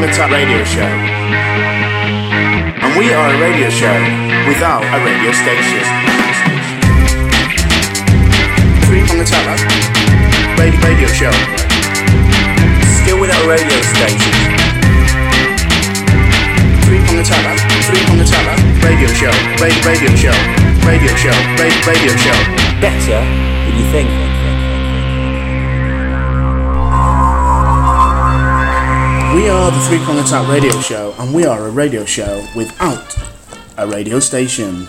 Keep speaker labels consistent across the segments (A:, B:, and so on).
A: the Top Radio Show. And we are a radio show without a radio station. Three on the Top huh? radio, radio Show. Still without a radio station. Three on the Top huh? Three on the Top huh? Radio Show. Radio, radio Show. Radio Show. Radio, radio Show. Better than you think. We are the Three Prong Attack Radio Show, and we are a radio show without a radio station.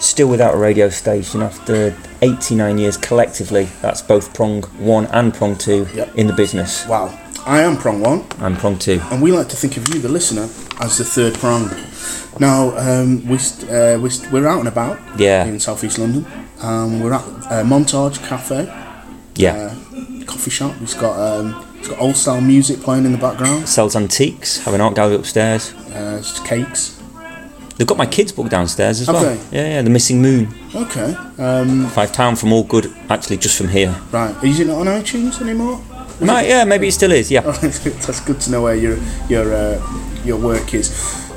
B: Still without a radio station after 89 years collectively. That's both prong one and prong two
A: Yep.
B: in the business.
A: Wow. I am Prong One,
B: And prong two.
A: and we like to think of you, the listener, as the third prong. Now, um, we st- uh, we st- we're out and about
B: Yeah,
A: in southeast London. Um, we're at uh, Montage Cafe, uh,
B: yeah.
A: coffee shop. It's got, um, it's got old style music playing in the background,
B: Sells antiques. Have an art gallery upstairs.
A: uh, it's cakes.
B: They've got my kids' book downstairs as
A: Have
B: well. Yeah, yeah. The Missing Moon.
A: Okay. Um,
B: Five Town from All Good. Actually, just from here.
A: right. Is it not on iTunes anymore?
B: Might, yeah, maybe it still is. Yeah.
A: That's good to know where your your uh, your work is.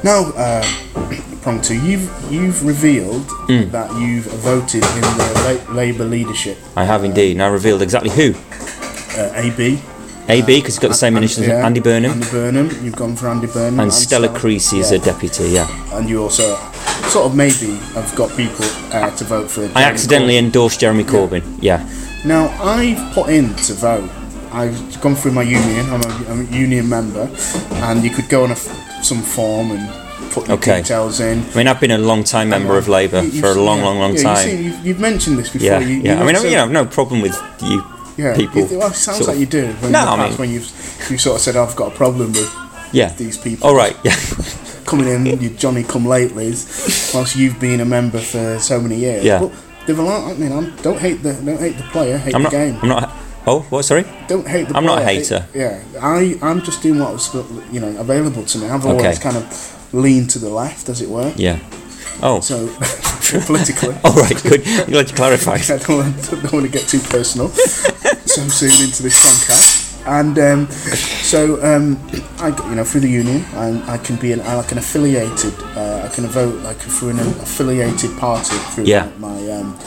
A: Now, uh, prong two, you've you've revealed
B: Hmm.
A: that you've voted in the la- Labour leadership.
B: I have indeed. And I revealed exactly who.
A: Uh, AB.
B: AB because he's got the same initials. as
A: yeah,
B: Andy Burnham.
A: Andy Burnham. You've gone for Andy Burnham.
B: and Stella Creasy is
A: yeah.
B: a deputy. Yeah,
A: And you also sort of maybe have got people uh, to vote for.
B: I accidentally endorsed Jeremy Corbyn. Yeah,
A: Now I've put in to vote. I've gone through my union. I'm a, I'm a union member, and you could go on a f- some form and put your
B: Okay.
A: details in.
B: I mean, I've been a long-time member of Labour
A: You- you've
B: for a
A: seen-
B: long,
A: yeah,
B: long, long
A: yeah,
B: time.
A: You've, seen, you've, you've mentioned this before.
B: yeah,
A: you, you
B: yeah. I mean,
A: also-
B: you know, no problem with you.
A: yeah,
B: people
A: It, well, it sounds
B: sort
A: like
B: of-
A: you do. When in
B: No,
A: the
B: I
A: past
B: mean-
A: when you've you sort of said, "I've got a problem with
B: Yeah.
A: these people."
B: All right. Yeah.
A: coming in, you Johnny Come Latelys, whilst you've been a member for so many years.
B: Yeah.
A: But they've allowed. I mean, I'm, don't hate the don't hate the player, hate
B: I'm
A: the
B: not.
A: game.
B: I'm not. Oh, what? Sorry.
A: don't hate the
B: I'm
A: player.
B: not a
A: hate-
B: hater.
A: yeah, I I'm just doing what was you know available to me. I've always
B: Okay.
A: kind of leaned to the left, as it were.
B: Yeah. Oh.
A: So politically.
B: All right. Good. I'm glad you clarified.
A: I don't want, don't want to get too personal so soon into this podcast. And um, so, um, I, you know, through the union, I, I can be an, like an affiliated, uh, I can vote like through an affiliated party through
B: Yeah.
A: my, my, um,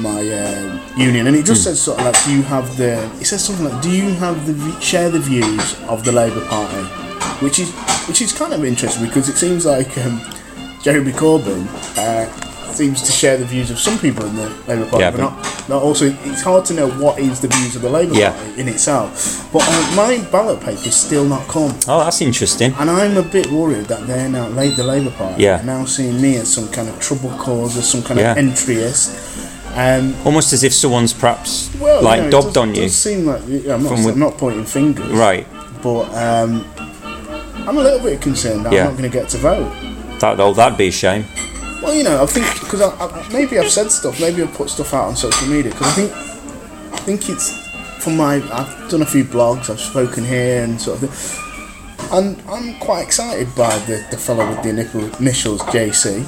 A: my um union. And it just says sort of like, do you have the, it says something like, do you have the, v- share the views of the Labour Party? Which is, which is kind of interesting because it seems like um, Jeremy Corbyn uh, seems to share the views of some people in the Labour Party,
B: Yeah,
A: but
B: but-
A: not, not also. It's hard to know what is the views of the Labour
B: Yeah.
A: Party in itself. But uh, my ballot paper's still not come,
B: Oh, that's interesting.
A: and I'm a bit worried that they're now late. The Labour Party
B: Yeah.
A: are now seeing me as some kind of trouble cause or some kind of
B: Yeah.
A: entryist. Um,
B: Almost as if someone's perhaps
A: well, you
B: like
A: know, it
B: dobbed
A: does-
B: on you.
A: does seem like yeah, I'm, not,
B: From
A: I'm
B: with-
A: not pointing fingers,
B: Right.
A: But um, I'm a little bit concerned. That
B: Yeah.
A: I'm not going to get to vote.
B: That. Oh, that'd be a shame.
A: Well, you know, I think because I, I, maybe I've said stuff, maybe I've put stuff out on social media because I think I think it's from my I've done a few blogs, I've spoken here and sort of thing, and I'm quite excited by the, the fellow with the initial- initials JC,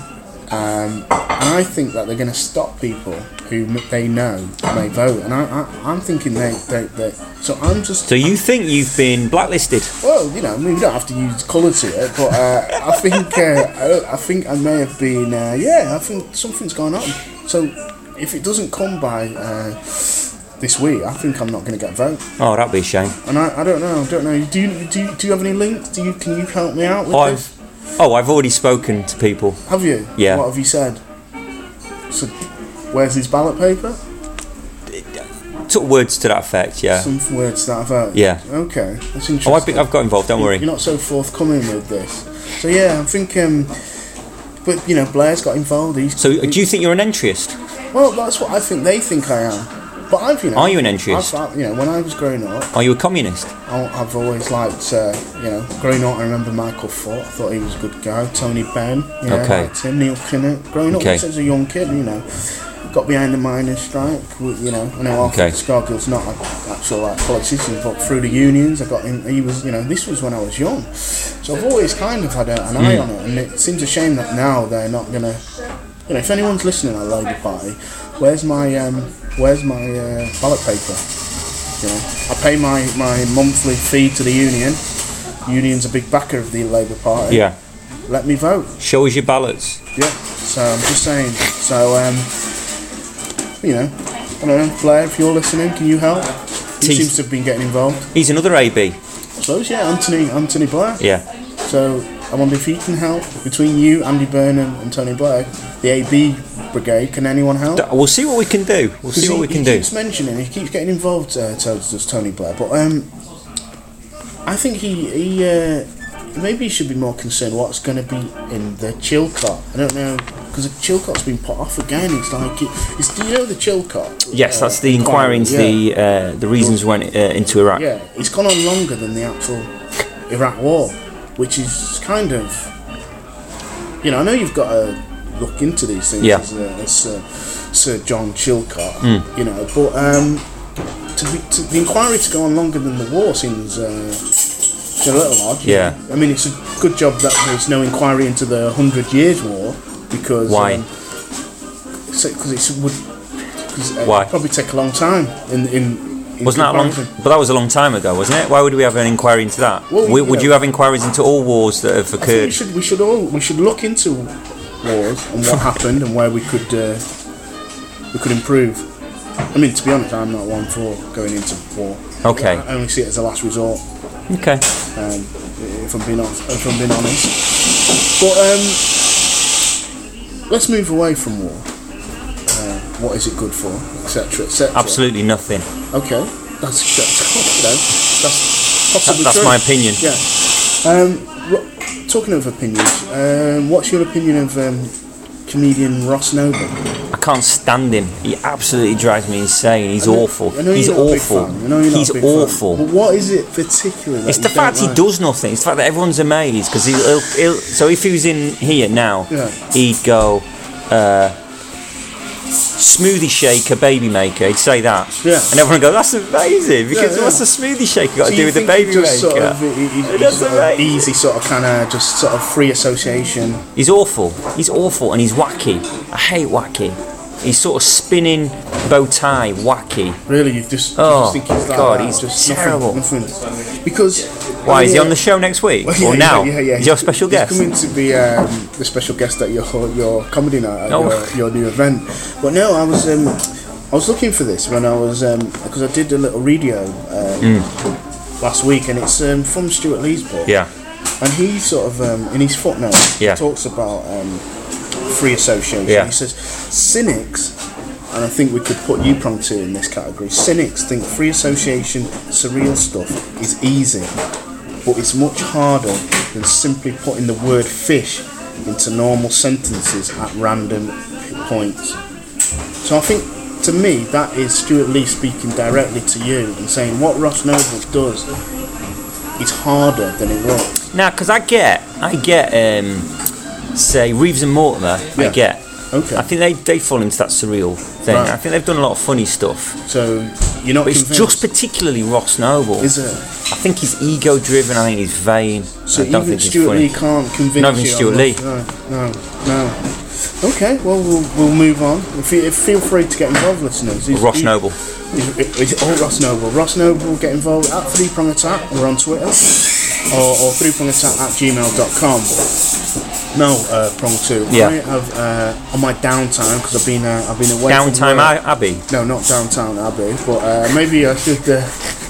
A: um, and I think that they're going to stop people who m- they know may vote, and I, I I'm thinking they they, they so I'm just
B: So you think you've been blacklisted?
A: well, you know, I mean, we don't have to use colour to it, but uh, I think uh, I, I think I may have been. Uh, yeah, I think something's gone on. So if it doesn't come by uh, this week, I think I'm not going to get a vote.
B: Oh, that'd be a shame.
A: And I, I don't know, I don't know. Do you do you, do you have any links? Do you can you help me out with
B: I've.
A: this?
B: Oh, I've already spoken to people.
A: Have you?
B: Yeah.
A: What have you said? So where's his ballot paper?
B: Took words to that effect. Yeah.
A: Some words that I've heard.
B: Yeah.
A: Okay, that's interesting.
B: Oh, I've, been, I've got involved. Don't worry.
A: You're not so forthcoming with this. So yeah, I think. Um, but you know, Blair's got involved. He's,
B: So, uh, do you think you're an entryist?
A: Well, that's what I think they think I am. But I've, you know,
B: Are you an entryist?
A: I've, I, you know, when I was growing up,
B: Are you a communist?
A: I, I've always liked, uh, you know, growing up. I remember Michael Fort. I thought he was a good guy. Tony Benn, you know,
B: Okay.
A: liked him. Neil Kinnock. Growing
B: Okay.
A: up as a young kid, you know, got behind the miners' strike. with- You know, I know Arthur
B: Okay.
A: Scargill's not an actual like politician, but through the unions, I got him. He was, you know, this was when I was young, so I've always kind of had a, an
B: Hmm.
A: eye on it, and it seems a shame that now they're not gonna. You know, if anyone's listening at Labour Party, where's my um, where's my uh, ballot paper? You know, I pay my, my monthly fee to the union. Union's a big backer of the Labour Party.
B: Yeah.
A: Let me vote.
B: Show us your ballots.
A: Yeah. So I'm just saying. So um, you know, I don't know, Blair, if you're listening, can you help? He
B: Teeth.
A: seems to have been getting involved.
B: He's another AB.
A: I suppose yeah, Anthony, Anthony Blair.
B: Yeah.
A: So I wonder if he can help between you, Andy Burnham, and Tony Blair, the AB brigade. Can anyone help?
B: Th- We'll see what we can do. We'll see
A: he,
B: what we
A: he
B: can do.
A: keeps mentioning, he keeps getting involved. Uh, Toads does Tony Blair, but um, I think he he uh, maybe he should be more concerned what's going to be in the Chilcot. I don't know because the Chilcot's been put off again. It's like it, it's do you know the Chilcot?
B: Yes,
A: Uh,
B: that's the inquiry into the uh, the reasons went uh, into Iraq.
A: yeah. yeah, it's gone on longer than the actual Iraq War, which is kind of you know I know you've got to look into these things
B: Yeah.
A: as,
B: Hmm.
A: uh, as Sir, Sir John Chilcot, you know, but um, to be, to, the inquiry to go on longer than the war seems. Uh, it's a little odd.
B: Yeah.
A: I mean, it's a good job that there's no inquiry into the Hundred Years' War because um,
B: Why?
A: Because it would. Cause, uh,
B: Why?
A: it'd Probably take a long time. In in, in
B: Wasn't that a long?
A: comparison.
B: But that was a long time ago, wasn't it? Why would we have an inquiry into that?
A: Well,
B: Would-
A: you
B: would
A: know-
B: you have inquiries into all wars that have
A: I think we
B: occurred?
A: should we should all we should look into wars and what happened and where we could uh, we could improve. I mean, to be honest, I'm not one for going into war.
B: Okay.
A: I only see it as a last resort.
B: Okay.
A: Um, if I'm being honest, if I'm being honest, but um, let's move away from war. Uh, what is it good for, etc., etc.
B: Absolutely nothing.
A: Okay, that's that's, you know, that's possibly
B: That's
A: true.
B: my opinion.
A: Yeah. Um, wh- talking of opinions, um, what's your opinion of um, comedian Ross Noble?
B: I can't stand him. He absolutely drives me insane. He's
A: I know-
B: awful.
A: I know
B: He's
A: you're not A
B: awful.
A: big fan. I know you're not
B: He's
A: a big
B: awful.
A: Fan. But what is it particularly? That
B: It's
A: you
B: the
A: don't
B: fact
A: like?
B: he does nothing. It's the fact that everyone's amazed because he'll, he'll, he'll. So if he was in here now,
A: Yeah.
B: he'd go, uh, smoothie shaker, baby maker. He'd say that,
A: Yeah.
B: and everyone would go, "That's amazing!" Because
A: yeah.
B: what's the smoothie shaker got
A: So
B: to
A: you
B: do with the
A: think he
B: baby maker?
A: just Sort of, he, he,
B: It
A: he's
B: doesn't
A: sort
B: make-
A: of easy, sort of kind of just sort of free association.
B: He's awful. He's awful, and he's wacky. I hate wacky. He's sort of spinning bow tie wacky.
A: Really, you just,
B: Oh,
A: you just think he's like
B: God,
A: that,
B: he's
A: just
B: terrible.
A: Nothing, nothing. Because
B: Why is he
A: Oh, yeah.
B: on the show next week
A: Well,
B: or
A: yeah,
B: now?
A: Yeah, yeah, yeah.
B: He's your special
A: he's
B: guest.
A: coming to be um, the special guest at your your comedy night, at
B: Oh.
A: your, your new event. But no, I was um, I was looking for this when I was because I did a little radio um, last week, and it's um, from Stuart Lee's book.
B: Yeah.
A: And he sort of um, in his footnote
B: Yeah.
A: talks about um, free association.
B: Yeah.
A: He says cynics. And I think we could put you prong two in this category. Cynics think free association, surreal stuff is easy but it's much harder than simply putting the word fish into normal sentences at random points. So I think to me that is Stuart Lee speaking directly to you and saying what Ross Noble does is harder than it looks.
B: Now, because I get, I get, um, say Reeves and Mortimer. I
A: Yeah.
B: get.
A: Okay.
B: I think they, they fall into that surreal thing.
A: Right.
B: I think they've done a lot of funny stuff,
A: So you're not
B: but it's
A: convinced,
B: just particularly Ross Noble.
A: is it?
B: I think he's ego driven. I think he's vain.
A: So
B: I don't
A: even
B: think he's
A: Stuart
B: funny.
A: Lee can't convince
B: Not even
A: you. on
B: Stuart
A: what-
B: Lee.
A: No, no, no. Okay, well we'll, we'll move on. If you, if, feel free to get involved, listeners. He's-
B: Ross
A: he-
B: Noble.
A: Is, is it all Ross Noble? Ross Noble, get involved at Three Prong Attack. We're on Twitter. Or, or three prong attack at gmail.com. No, uh, prong two.
B: Yeah.
A: I have uh, on my downtime because I've been uh, I've been away. from
B: Downtime
A: work-
B: A- Abbey.
A: No, not downtown Abbey, but uh, maybe I should uh,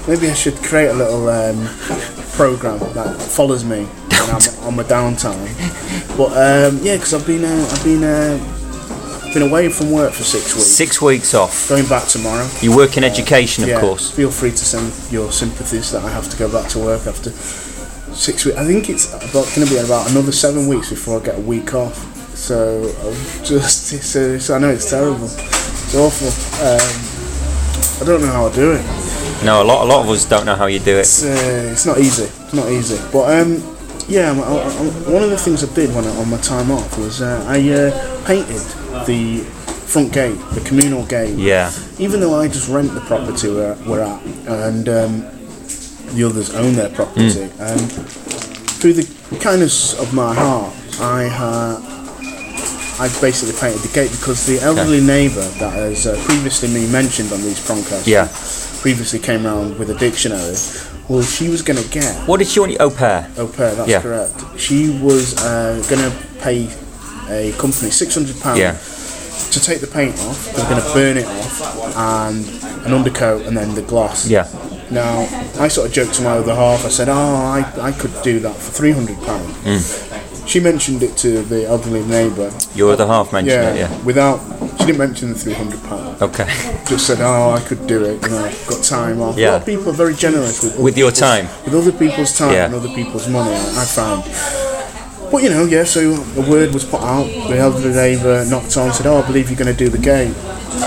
A: maybe I should create a little um, program that follows me when I'm on my downtime. But um, yeah, because I've been uh, I've been uh, been away from work for six weeks.
B: Six weeks off.
A: Going back tomorrow.
B: You work in education, of
A: Yeah,
B: course.
A: Feel free to send your sympathies that I have to go back to work after six weeks. I think it's about going to be about another seven weeks before I get a week off. So I'm just, it's, uh, it's, I know it's terrible. It's awful. Um, I don't know how I do it.
B: No, a lot a lot of us don't know how you do it.
A: It's, uh, it's not easy. It's not easy. But um, yeah, I'm- I, I, one of the things I did when I, on my time off was uh, I uh, painted the front gate, the communal gate
B: Yeah.
A: even though I just rent the property where we're at and um, the others own their property, um, through the kindness of my heart, I uh, I basically painted the gate because the elderly neighbour that has uh, previously been mentioned on these promcasts
B: Yeah.
A: previously came round with a dictionary Well, she was going to get
B: What did she want you? Au pair.
A: au pair, that's
B: Yeah.
A: correct. She was uh, going to pay a company £600
B: Yeah.
A: to take the paint off, they were going to burn it off, and an undercoat and then the gloss.
B: Yeah.
A: Now, I sort of joked to my other half, I said, oh, I, I could do that for £300. She mentioned it to the elderly neighbour.
B: Your other half Mm. mentioned
A: Yeah,
B: it, yeah.
A: without, she didn't mention the £300.
B: Okay.
A: Just said, oh, I could do it, you know, I've got time off. A
B: Yeah.
A: lot of people are very generous with other
B: With your
A: people's-
B: time.
A: With other people's time
B: Yeah.
A: and other people's money, I I found. But you know, yeah, so a word was put out. The elderly neighbour knocked on and said, Oh, I believe you're going to do the game.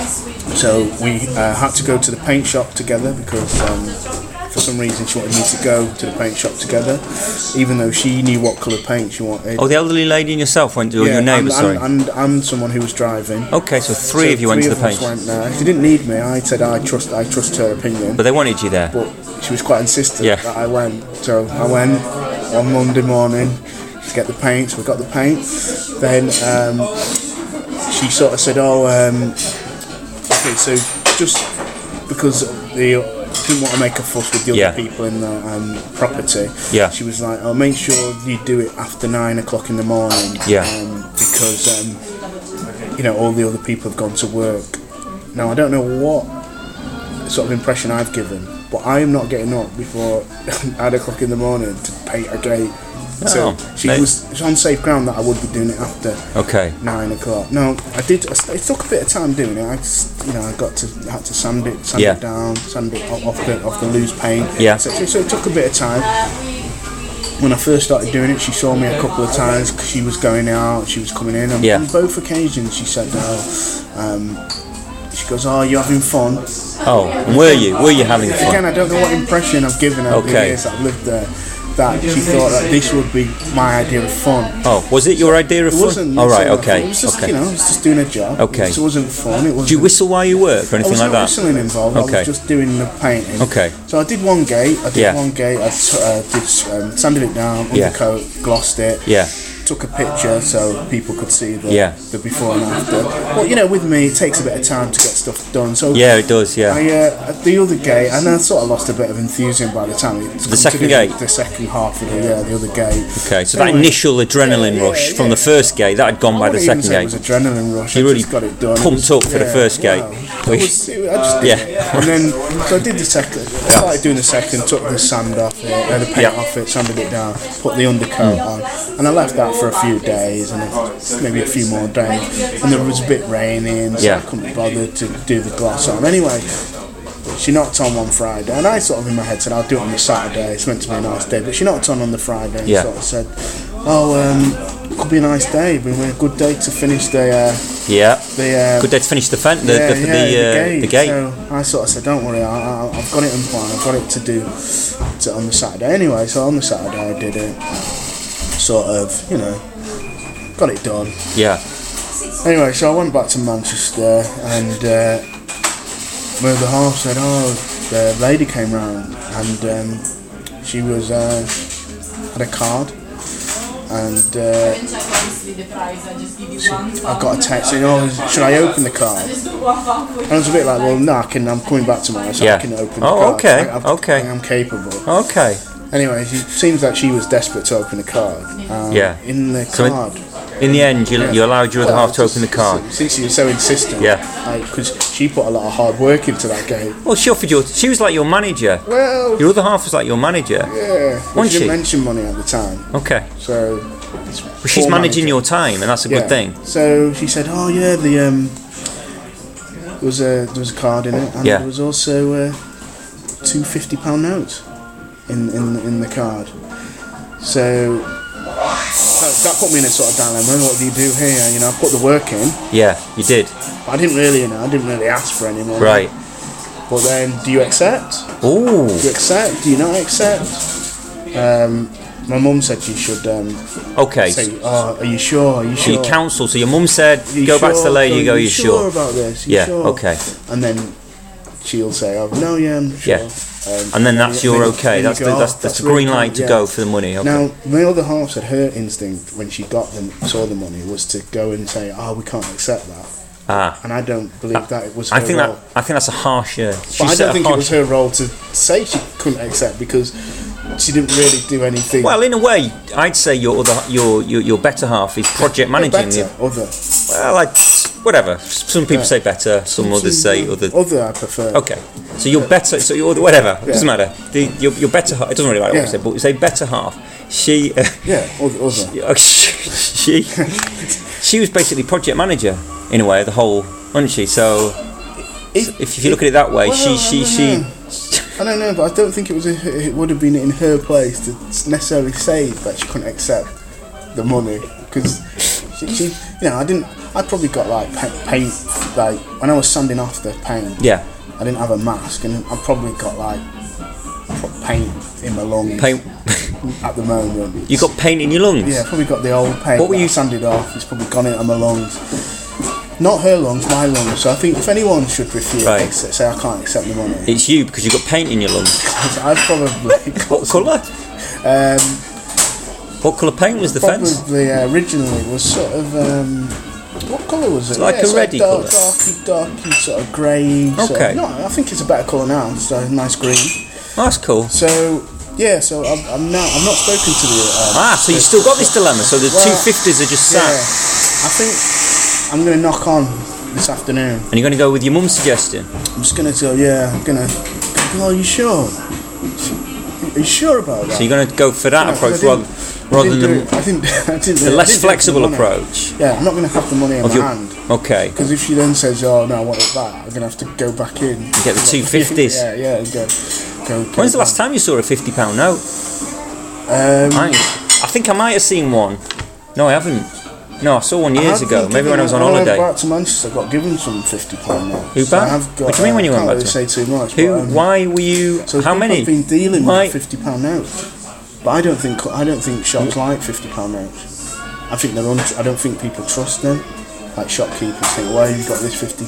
A: So we uh, had to go to the paint shop together because um, for some reason she wanted me to go to the paint shop together, even though she knew what colour paint she wanted.
B: Oh, the elderly lady and yourself went to, or your neighbour,
A: and,
B: sorry.
A: And, and, and someone who was driving.
B: okay, so three
A: So
B: of you went to the
A: of us
B: paint.
A: went there. She didn't need me. I said, I trust, I trust her opinion
B: But they wanted you there.
A: but she was quite insistent
B: Yeah.
A: that I went. So I went on Monday morning to get the paint. So we got the paint. Then um, she sort of said, "Oh, um, okay, so just because the didn't want to make a fuss with the other
B: Yeah.
A: people in the um, property.
B: Yeah.
A: She was like, "Oh, make sure you do it after nine o'clock in the morning.
B: Yeah.
A: um, because." Um, you know, all the other people have gone to work. Now, I don't know what sort of impression I've given, but I am not getting up before 9 o'clock in the morning to paint a gate. So
B: Oh,
A: she
B: mate.
A: was it's on safe ground that I would be doing it after
B: Okay.
A: nine o'clock. No, I did. I st- It took a bit of time doing it. I, just, you know, I got to had to sand it, sand
B: Yeah.
A: it down, sand it o- off the off the loose paint.
B: Yeah.
A: So, so it took a bit of time. When I first started doing it, she saw me a couple of times 'cause she was going out, she was coming in, and
B: Yeah.
A: on both occasions she said, "Oh, um, she goes, oh, you're having fun."
B: Oh, and were you? Were you having
A: Again,
B: fun?
A: I don't know what impression I've given her the
B: Okay.
A: years I've lived there. That she thought that this would be my idea of fun.
B: Oh, was it your idea of
A: It
B: fun?
A: wasn't.
B: All
A: necessarily
B: right.
A: fun. It
B: Okay.
A: was just,
B: Okay.
A: you know, it was just doing a job.
B: Okay.
A: It just wasn't fun. It was
B: Do you whistle while you work or
A: I
B: anything
A: was
B: like
A: not
B: that?
A: whistling involved. I
B: Okay.
A: was just doing the painting.
B: Okay.
A: So I did one gate. I did
B: Yeah.
A: one gate. I t- uh, did um, sanded it down,
B: Yeah.
A: undercoat, glossed it.
B: Yeah.
A: Took a picture so people could see the,
B: Yeah.
A: the before and after. But you know, with me, it takes a bit of time to get stuff done. So
B: Yeah, it does. Yeah.
A: I, uh, at the other gate, and I sort of lost a bit of enthusiasm by the time it the
B: second
A: the,
B: gate?
A: the second half of the yeah, the other gate.
B: Okay. So that
A: Anyway,
B: initial adrenaline
A: Yeah, yeah,
B: rush from
A: yeah.
B: the first gate that had gone by
A: I
B: the
A: wouldn't
B: second
A: even say
B: gate.
A: It was adrenaline rush.
B: You
A: I
B: really
A: just got it done. It
B: pumped up for the first gate.
A: Wow. It was, it, I just did
B: Uh, Yeah.
A: it. And then so I did the second. I started doing the second. Took the sand off it, uh, the paint
B: Yeah. Mm.
A: off it, sanded it down, put the undercoat on, and I left that for a few days and maybe a few more days. And there was a bit raining, so
B: Yeah.
A: I couldn't bother to do the gloss on. Anyway. She knocked on one Friday, and I sort of in my head said, I'll do it on the Saturday, it's meant to be a nice day. But she knocked on on the Friday and
B: Yeah.
A: sort of said, Oh, um, could be a nice day, but a good day to finish the uh,
B: Yeah.
A: the, uh,
B: Good day to finish the fence. The,
A: yeah,
B: the,
A: yeah,
B: the, uh, the gate.
A: So I sort of said, "Don't worry, I, I, I've got it in plan. I've got it to do to, on the Saturday anyway." So on the Saturday, I did it. Sort of, you know, got it done.
B: Yeah.
A: Anyway, so I went back to Manchester, and uh, my other half said, "Oh, the lady came round, and um, she was uh, had a card, and." Uh, I
C: I
A: got a text saying, "Oh, should I open the card?" And I was a bit like, "Well, no, I can. I'm coming back tomorrow, so I
B: Yeah.
A: can open the
B: Oh,
A: card.
B: okay,
A: I, I've-
B: okay.
A: I am capable."
B: Okay.
A: Anyway, she seems like she was desperate to open the card. Um,
B: Yeah.
A: In the
B: So it-
A: card.
B: In the end, you, you allowed your other
A: Well,
B: half to open the car.
A: Since she was so insistent.
B: Yeah.
A: Because she put a lot of hard work into that game.
B: Well, she offered you. She was like your manager.
A: Well.
B: Your other half was like your manager.
A: Yeah. Well,
B: Wasn't
A: she
B: she?
A: didn't mention money at the time,
B: Okay.
A: so.
B: Well, she's
A: Poor
B: managing
A: manager.
B: your time, and that's a good thing.
A: So she said, "Oh yeah, the um, there was a there was a card in it, and
B: Yeah.
A: there was also uh, two fifty pound notes in in in the card." So that, that put me in a sort of dilemma. What do you do here? You know, I put the work in,
B: Yeah, you did.
A: but I didn't really, you know, I didn't really ask for any more.
B: Right.
A: But then, do you accept?
B: Ooh.
A: Do you accept? Do you not accept? Um, my mum said you should um,
B: Okay. So
A: say, "Oh, are you sure? Are you sure?"
B: you counsel. So your mum said,
A: "You
B: "Go back to the
A: sure?
B: lady."
A: Are
B: You go.
A: you
B: You sure?
A: about this? You
B: Yeah.
A: sure?"
B: Okay.
A: and then she'll say, "Oh no, yeah, I'm sure."
B: Yeah.
A: Um,
B: And then that's
A: then-
B: your
A: then
B: okay.
A: you
B: That's the,
A: go,
B: that's
A: "Oh,
B: that's the
A: really
B: green
A: good,
B: light to
A: yeah."
B: go for the money. Okay.
A: Now, my other half said her instinct when she got them, saw the money, was to go and say, "Oh, we can't accept that,"
B: Ah.
A: and I don't believe that it was. Her
B: I think
A: role.
B: that I think that's a harsher.
A: But I
B: set a
A: don't think it
B: harsh-
A: was her role to say she couldn't accept because she didn't really do anything.
B: Well, in a way, I'd say your other, your your, your better half is project
A: Or
B: managing.
A: better,
B: the-
A: other.
B: well, I, whatever. Some people say better. Some others say other.
A: Other, I prefer.
B: Okay, so you're better. So you're whatever. It doesn't
A: Yeah.
B: matter. The, your, your better half. It doesn't really matter what
A: Yeah.
B: you say, but you say better half. She, uh, oh,
A: Yeah, other. other.
B: she, she was basically project manager in a way. The whole, wasn't she? So
A: It-
B: if you look at it that way, she,
A: well,
B: she,
A: I
B: she.
A: don't I don't know, but I don't think it was. A, it would have been in her place to necessarily say that she couldn't accept the money because she, she, you know, I didn't. I probably got like pa- paint, like when I was sanding off the paint.
B: Yeah,
A: I didn't have a mask, and I probably got like pro- paint in my lungs
B: paint.
A: at the moment.
B: You got paint in your lungs.
A: yeah, probably got the old paint.
B: What were
A: that I
B: you-
A: sanded off? It's probably gone into my lungs. Not her lungs, my lungs. So I think if anyone should refuse,
B: Right.
A: accept- say I can't accept the money.
B: It's you because you got paint in your lungs.
A: I've probably got
B: What colour?
A: Um,
B: What colour paint was the fence?
A: probably uh, originally was sort of um, what colour was it?
B: Like a
A: it's
B: reddy
A: dark,
B: colour.
A: darky, darky sort of grey. sort of-
B: Okay.
A: no, I think it's a better colour now. It's a nice green.
B: Oh, that's cool.
A: So yeah, so I'm, I'm now I've not spoken to the. Um,
B: Ah, so you still got this dilemma. So the
A: Well,
B: two fifties are just
A: yeah, I
B: sat,
A: think I'm gonna knock on this afternoon.
B: and you're going to go with your mum's suggestion.
A: I'm just gonna go. Yeah, I'm gonna. Oh, are you sure? Are you sure about that?
B: So you're going to go for that
A: No, 'cause I
B: approach rather,
A: didn't- I
B: rather
A: didn't
B: than
A: do it- I didn't, I didn't,
B: the
A: I didn't do it
B: less
A: for the
B: flexible
A: money.
B: approach
A: Yeah, I'm not going to have the money in
B: of
A: my
B: your.
A: hand.
B: Okay,
A: Because if she then says, "Oh no, I want it back," I'm gonna have to go back in. And
B: get the 250s.
A: Yeah, yeah. And go, go, go
B: when's the last time you saw a fifty pound note?
A: time? Um,
B: I, I think I might have seen one. No, I haven't. No, I saw one years
A: I've
B: ago.
A: been
B: Maybe when I was on
A: given-
B: holiday.
A: When I went back to Manchester, I got given some fifty pound notes.
B: Who
A: So I
B: back?
A: have got,
B: What do you mean when you
A: uh,
B: went
A: I can't
B: back
A: really say too much.
B: Who?
A: But, um,
B: why were you?
A: So
B: how
A: people
B: many?
A: have been dealing
B: Why-
A: with fifty pound notes, but I don't think I don't think shops like fifty pound notes. I think they're un- I don't think people trust them. Like shopkeepers think, "Why have you got this 50?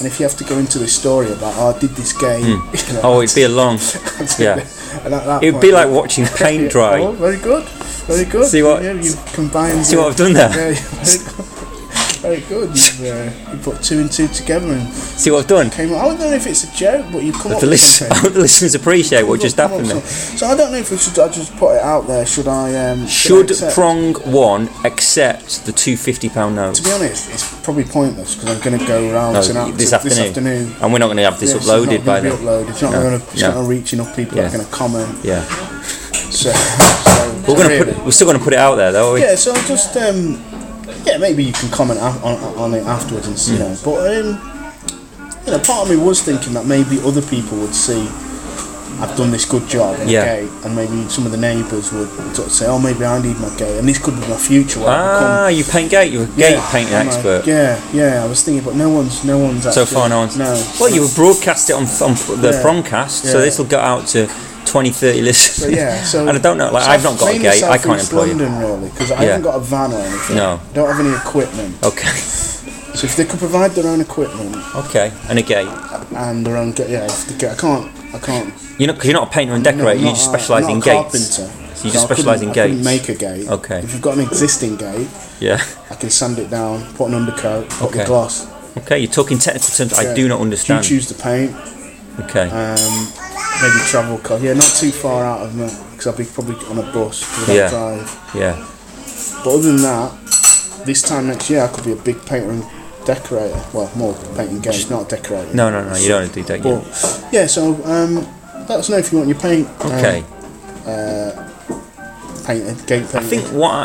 A: And if you have to go into this story about, "Oh, I did this game," you know,
B: Oh, it'd be a long. yeah.
A: And at that
B: It'd be
A: point,
B: like watching paint dry.
A: Oh, very good, very good.
B: See what-
A: Yeah, you combined.
B: see
A: the-
B: what I've done there?
A: Yeah, yeah, very good. Very good. You've, uh, you put two and two together and
B: See what I've done?
A: came. I don't know if it's a joke, but you come up
B: The,
A: with
B: list,
A: something.
B: the listeners appreciate what just
A: Come on,
B: happened
A: come
B: there.
A: on. So I don't know if we should. I just put it out there. Should I? Um,
B: Should
A: I accept?
B: prong one accept the two fifty pound notes?
A: to be honest, it's probably pointless because I'm going to go round
B: No,
A: tonight
B: this
A: to-
B: afternoon.
A: This afternoon.
B: And we're not going to have this
A: Yeah, it's not gonna
B: uploaded by
A: be
B: then.
A: uploaded. It's not
B: No,
A: going to. It's
B: no.
A: not going to reach enough people
B: Yeah.
A: that are going to comment.
B: Yeah,
A: So, so
B: we're going to put.
A: really.
B: It, we're still going to put it out there, though. Are we?
A: Yeah, so just um, yeah, maybe you can comment a- on, on it afterwards, and s- you know. But um, you know, part of me was thinking that maybe other people would see I've done this good job,
B: Yeah.
A: okay, and maybe some of the neighbours would sort of say, "Oh, maybe I need my gate," and this could be my future. Where I become-
B: Ah, you paint gate. You're a gate painting
A: I'm a-
B: expert.
A: yeah, yeah. I was thinking, but no one's, no one's
B: So
A: actually,
B: far, no one's.
A: No.
B: Well, you broadcast it on, on the
A: Yeah.
B: promcast, so
A: Yeah.
B: this will get out to 20, 30 listeners.
A: So yeah, so
B: and I don't know. Like,
A: so
B: I've not got a
A: mainly
B: gate. I can't
A: Southeast
B: employ you.
A: London really because I
B: Yeah.
A: haven't got a van or anything.
B: No.
A: I don't have any equipment.
B: Okay.
A: So if they could provide their own equipment
B: Okay. And a gate.
A: and their own, ga- yeah, if they get, I can't, I can't.
B: You're not because you're not a painter and
A: no, I'm
B: decorator. you
A: not
B: just
A: a-
B: specialise
A: I'm
B: in
A: not a
B: gates.
A: Carpenter,
B: So you just
A: I couldn't-
B: specialise in
A: I couldn't
B: gates.
A: Make a gate.
B: Okay.
A: If you've got an existing gate,
B: Yeah.
A: I can sand it down, put an undercoat, put
B: Okay.
A: the gloss.
B: Okay. You're talking technical terms.
A: Yeah.
B: I do not
A: Do you
B: understand.
A: choose the paint?
B: Okay.
A: Um, maybe travel car. Yeah, not too far out of me because I'll be probably on a bus 'cause I don't
B: Yeah.
A: drive.
B: yeah.
A: But other than that, this time next year I could be a big painter and decorator. Well, more painting games, not decorating.
B: No, no, no. You don't do that. yet.
A: But yeah, so um, let us know if you want your paint. um,
B: Okay.
A: Uh, painted, gate painted.
B: I think what I,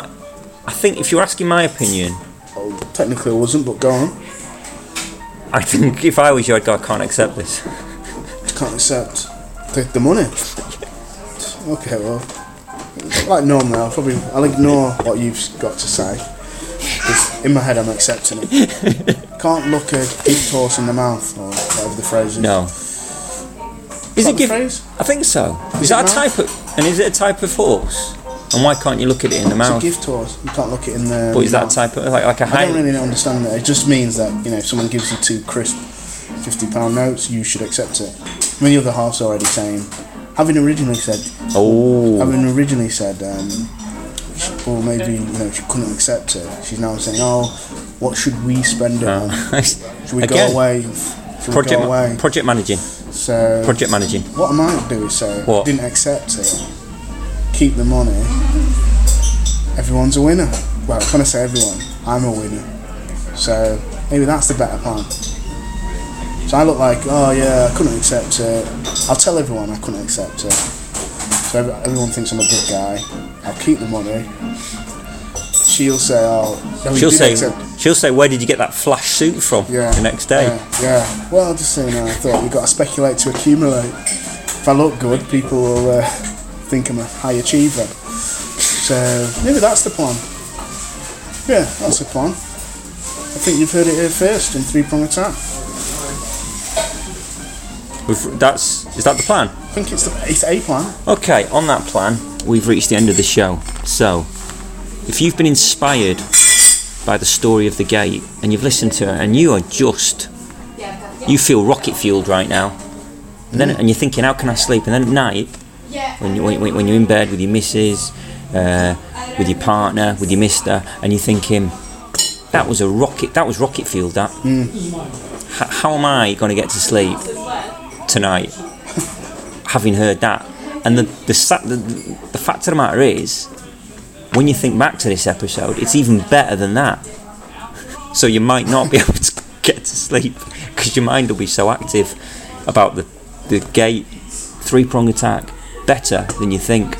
B: I think if you're asking my opinion,
A: Oh, technically I wasn't, but go on.
B: I think if I was you, I'd go. I can't accept this.
A: Can't accept. Take the money. Okay, well, like normally, I'll probably I'll ignore what you've got to say. 'Cause in my head, I'm accepting it. Can't look a gift horse in the mouth, or whatever the phrase is.
B: No. Is
A: that
B: it
A: the
B: give?
A: phrase?
B: I think so. Is,
A: Is it
B: that a
A: mouth?
B: type of? And is it a type of horse? And why can't you look at it in
A: It's
B: the
A: a
B: mouth?
A: gift horse. You can't look it in the.
B: But is that
A: mouth.
B: a type of like like a
A: I
B: high?
A: don't really understand that. It just means that you know, if someone gives you two crisp fifty pound notes, you should accept it. I mean, the other half's already saying, having originally said,
B: oh,
A: having originally said, um, she- or maybe you know she couldn't accept it. She's now saying, "Oh, what should we spend it on? Should we
B: again,
A: go away? Should we
B: Uh, project
A: go
B: ma-
A: away?" Um,
B: project managing.
A: So
B: Project managing.
A: What I might do is say
B: What?
A: didn't accept it. Keep the money. Everyone's a winner. Well, I'm trying to say everyone. I'm a winner. So maybe that's the better plan. So I look like, oh yeah, I couldn't accept it. I'll tell everyone I couldn't accept it. So every- everyone thinks I'm a good guy. I'll keep the money. She'll say, oh, no, we
B: She'll
A: did
B: say,
A: accept-
B: she'll say, where did you get that flash suit from?
A: yeah.
B: The next day.
A: Yeah, yeah. Well, just saying, uh, I thought you've got to speculate to accumulate. If I look good, people will uh, think I'm a high achiever. So maybe that's the plan. Yeah, that's the plan. I think you've heard it here first in Three Prong Attack.
B: We've, that's is that the plan?
A: I think it's, the, it's a plan.
B: Okay, on that plan, we've reached the end of the show. So, if you've been inspired by the story of the gate and you've listened to it and you are just, you feel rocket fueled right now, and then and you're thinking, how can I sleep? And then at night, when, you, when, you- when you're in bed with your missus, uh, with your partner, with your mister, and you're thinking, that was a rocket, that was rocket fueled, that. H- how am I going to get to sleep tonight? having heard that. And the the, sa- the the fact of the matter is, when you think back to this episode, it's even better than that. So you might not be able to get to sleep because your mind will be so active about the the gate three prong attack better than you think.